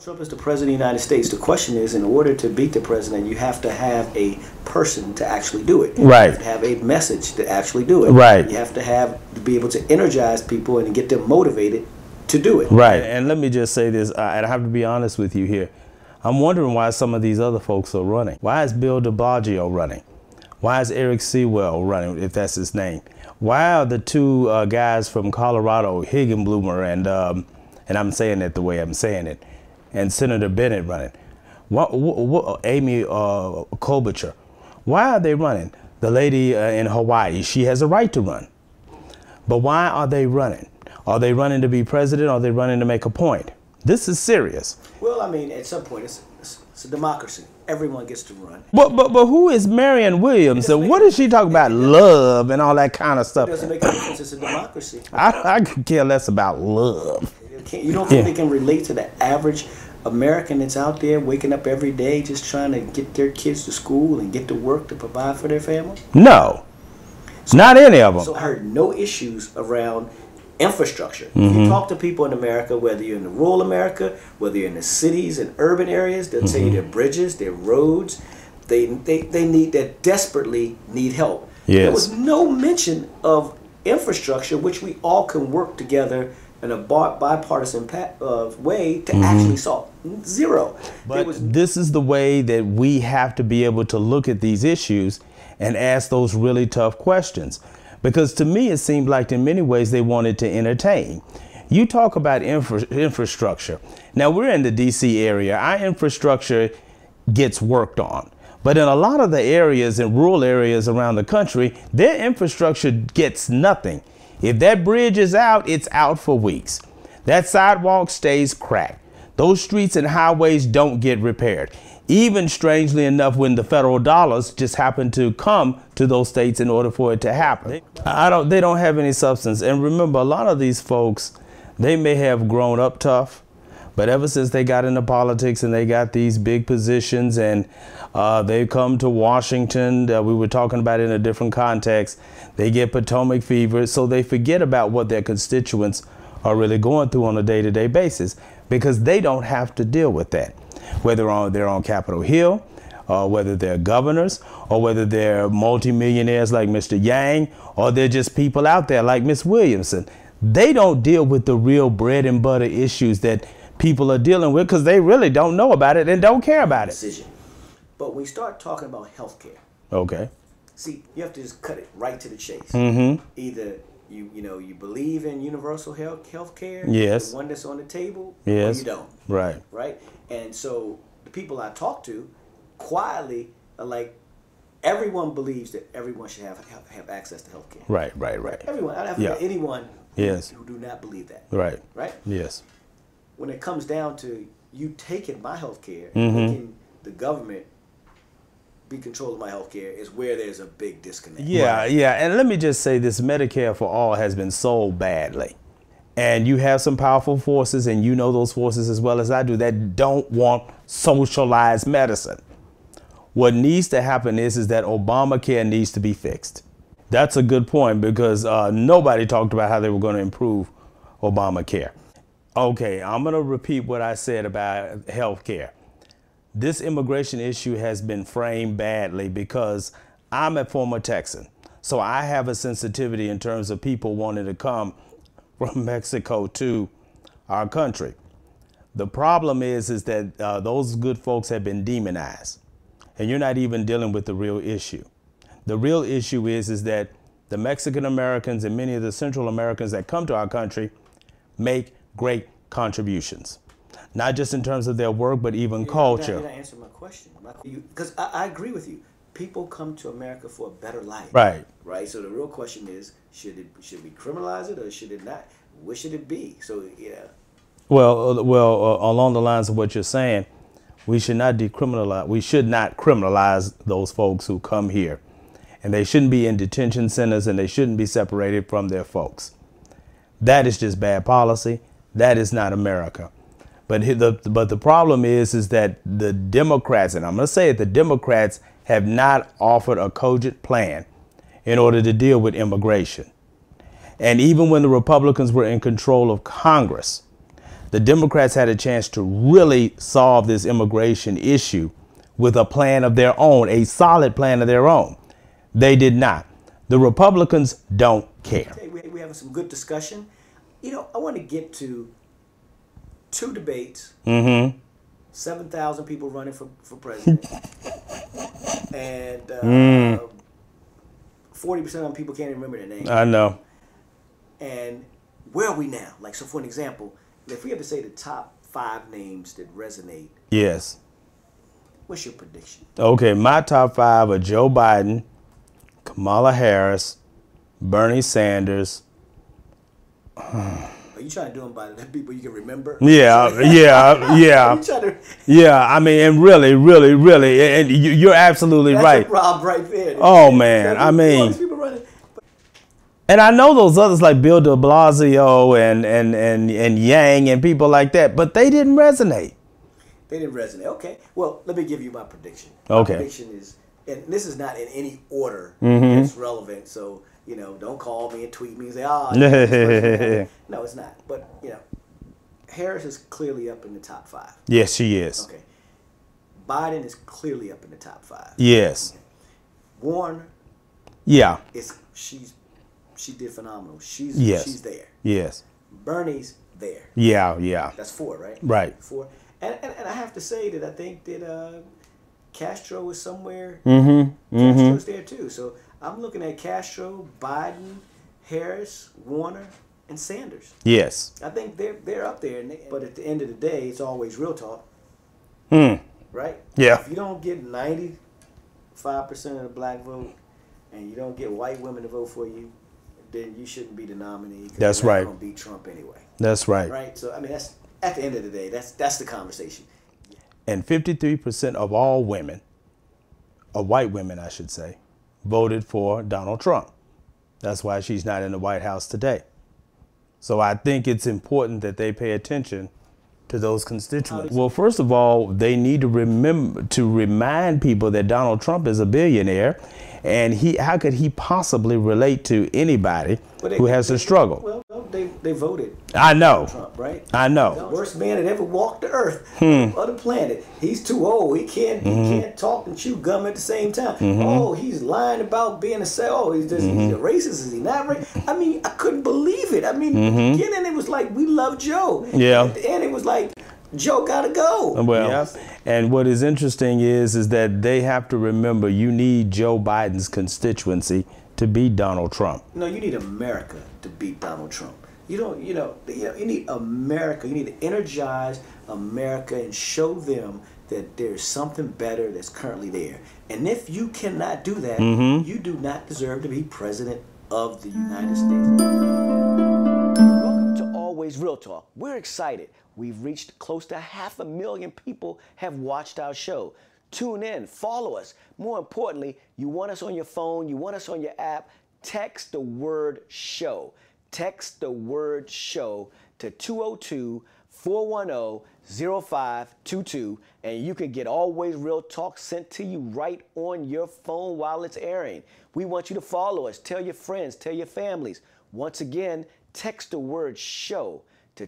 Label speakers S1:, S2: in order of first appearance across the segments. S1: Trump is the president of the United States. The question is, in order to beat the president, you have to have a person to actually do it.
S2: Right.
S1: You have to have a message to actually do it.
S2: Right.
S1: You have to have to be able to energize people and get them motivated to do it.
S2: Right. And let me just say this, I- and I have to be honest with you here. I'm wondering why some of these other folks are running. Why is Bill DeBaggio running? Why is Eric Sewell running, if that's his name? Why are the two uh, guys from Colorado, Higginbloomer and um, and I'm saying it the way I'm saying it, and Senator Bennett running? What, Amy uh, Klobuchar? Why are they running? The lady uh, in Hawaii, she has a right to run. But why are they running? Are they running to be president? Or are they running to make a point? This is serious.
S1: Well, I mean, at some point, it's, it's, it's a democracy. Everyone gets to run.
S2: But but but who is Marianne Williams? And what is she talking about? Love and all that kind of
S1: It
S2: stuff.
S1: doesn't make a difference. It's a democracy.
S2: I I could care less about love.
S1: You can't- you don't think
S2: Yeah.
S1: they can relate to the average American that's out there waking up every day just trying to get their kids to school and get to work to provide for their family?
S2: No, not any of them.
S1: So I heard no issues around infrastructure. If You talk to people in America, whether you're in the rural America, whether you're in the cities and urban areas, they'll tell you their bridges, their roads. They, they, they need that desperately need help. There
S2: Yes.
S1: was no mention of infrastructure, which we all can work together in a bi- bipartisan pa- uh, way to actually solve. Zero. There
S2: But
S1: was
S2: this is the way that we have to be able to look at these issues and ask those really tough questions. Because to me, it seemed like in many ways they wanted to entertain. You talk about infra- infrastructure. Now, we're in the DC area. Our infrastructure gets worked on. But in a lot of the areas in rural areas around the country, their infrastructure gets nothing. If that bridge is out, it's out for weeks. That sidewalk stays cracked. Those streets and highways don't get repaired. Even strangely enough, when the federal dollars just happen to come to those states in order for it to happen, I don't. They don't have any substance. And remember, a lot of these folks, they may have grown up tough, but ever since they got into politics and they got these big positions and uh, they come to Washington, uh, we were talking about it in a different context, they get Potomac fever, so they forget about what their constituents are really going through on a day to day basis because they don't have to deal with that. Whether on, they're on Capitol Hill, uh, whether they're governors or whether they're multimillionaires like Mr. Yang or they're just people out there like Miss Williamson. They don't deal with the real bread and butter issues that people are dealing with because they really don't know about it and don't care about it.
S1: decision. But when we start talking about health care,
S2: Okay.
S1: See, you have to just cut it right to the chase. Mm-hmm. Either you you know you believe in universal health health care,
S2: Yes.
S1: the one that's on the table,
S2: Yes.
S1: or you don't,
S2: Right.
S1: right? And so the people I talk to, quietly, are like everyone believes that everyone should have have, have access to health care.
S2: Right. Right. Right.
S1: Everyone, I don't have
S2: Yeah.
S1: anyone
S2: Yes.
S1: who do not believe that,
S2: Right.
S1: right?
S2: Yes.
S1: when it comes down to you taking my health care
S2: Mm-hmm.
S1: and making the government be control of my health care is where there's a big disconnect.
S2: Yeah, yeah. And let me just say this Medicare for all has been sold badly. And you have some powerful forces, and you know those forces as well as I do, that don't want socialized medicine. What needs to happen is, is that Obamacare needs to be fixed. That's a good point because uh, nobody talked about how they were going to improve Obamacare. Okay, I'm going to repeat what I said about health care this immigration issue has been framed badly because I'm a former Texan. So I have a sensitivity in terms of people wanting to come from Mexico to our country. The problem is is that uh, those good folks have been demonized, and you're not even dealing with the real issue. The real issue is is that the Mexican Americans and many of the Central Americans that come to our country make great contributions, not just in terms of their work, but even
S1: You're
S2: culture.
S1: not answering my question. Because I, I agree with you. People come to America for a better life.
S2: Right.
S1: Right. So the real question is, should it should we criminalize it or should it not? What should it be? So yeah.
S2: Well, uh, well, uh, along the lines of what you're saying, we should not decriminalize. We should not criminalize those folks who come here, and they shouldn't be in detention centers, and they shouldn't be separated from their folks. That is just bad policy. That is not America. But he- the but the problem is is that the Democrats, and I'm going to say it, the Democrats have not offered a cogent plan in order to deal with immigration. And even when the Republicans were in control of Congress, The Democrats had a chance to really solve this immigration issue with a plan of their own, a solid plan of their own. They did not. The Republicans don't care.
S1: Hey, we, we having some good discussion. You know, I want to get to two debates.
S2: Mm-hmm.
S1: Seven thousand people running for for president, and
S2: Mm.
S1: uh, forty percent of people can't even remember their name.
S2: I know.
S1: and where are we now? Like, so for an example, if we had to say the top five names that resonate,
S2: Yes.
S1: what's your prediction?
S2: Okay, my top five are Joe Biden, Kamala Harris, Bernie Sanders.
S1: Are you trying to do them by the people you can remember?
S2: Yeah, yeah,
S1: Are
S2: yeah,
S1: you trying to,
S2: yeah. I mean, and really, really, really, and you, you're absolutely
S1: that's
S2: right.
S1: a Rob right there.
S2: Oh, man, I
S1: All
S2: mean-
S1: these people running. But
S2: And I know those others like Bill De Blasio and and and and Yang and people like that, but they didn't resonate.
S1: they didn't resonate. Okay, well, let me give you my prediction.
S2: Okay.
S1: My prediction is, and this is not in any order
S2: Mm-hmm.
S1: that's relevant. So you know, don't call me and tweet me and say, "Ah." Oh, no, it's not. But you know, Harris is clearly up in the top five.
S2: Yes, she is.
S1: Okay. Biden is clearly up in the top five.
S2: Yes.
S1: Warren
S2: Yeah.
S1: is she's she did phenomenal. She's
S2: Yes.
S1: she's there.
S2: Yes.
S1: Bernie's there.
S2: Yeah. Yeah.
S1: That's four, right?
S2: Right.
S1: Four. And, and, and I have to say that I think that uh, Castro is somewhere.
S2: Mm-hmm.
S1: Castro's there too. So I'm looking at Castro, Biden, Harris, Warner, and Sanders.
S2: Yes.
S1: I think they're they're up there. And they, but at the end of the day, it's always real talk. Right?
S2: Hmm. Yeah.
S1: If you don't get ninety five percent of the black vote, and you don't get white women to vote for you, then you shouldn't be the nominee. 'cause
S2: That's
S1: you're not
S2: right.
S1: Gonna beat Trump anyway.
S2: That's right.
S1: Right. So I mean, that's at the end of the day, that's that's the conversation.
S2: and 53% of all women, of white women, I should say, voted for Donald Trump. That's why she's not in the White House today. So I think it's important that they pay attention to those constituents. Well, first of all, they need to remember to remind people that Donald Trump is a billionaire and he how could he possibly relate to anybody
S1: But they-
S2: who has to struggle?
S1: Well, they they voted
S2: I know.
S1: Trump, right?
S2: I
S1: The
S2: know. Hmm.
S1: worst man that ever walked the earth or the planet. He's too old. He can't
S2: Mm-hmm.
S1: he can't talk and chew gum at the same time. Oh, he's lying about being a cell. Oh, he's just he's a
S2: Mm-hmm.
S1: racist. Is he not racist? I mean, I couldn't believe it. I mean, in the beginning it was like we love Joe.
S2: Mm-hmm. Yeah.
S1: At the end it was like Joe gotta go.
S2: Oh, Well,
S1: Yes.
S2: and what is interesting is is that they have to remember you need Joe Biden's constituency to beat Donald Trump.
S1: No, you need America to beat Donald Trump. You don't, you know, you, know, you need America. You need to energize America and show them that there's something better that's currently there. And if you cannot do that, you do not deserve to be president of the United States. Welcome to Always Real Talk. We're excited. We've reached close to half a million people have watched our show. Tune in, follow us. More importantly, you want us on your phone, you want us on your app, text the word show. Text the word show to 202 410 0522 and you can get Always Real Talk sent to you right on your phone while it's airing. We want you to follow us, tell your friends, tell your families. Once again, text the word show to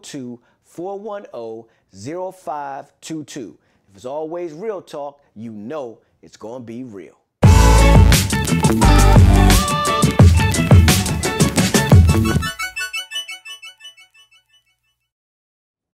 S1: 202 410 0522. If it's always real talk, you know it's going to be real.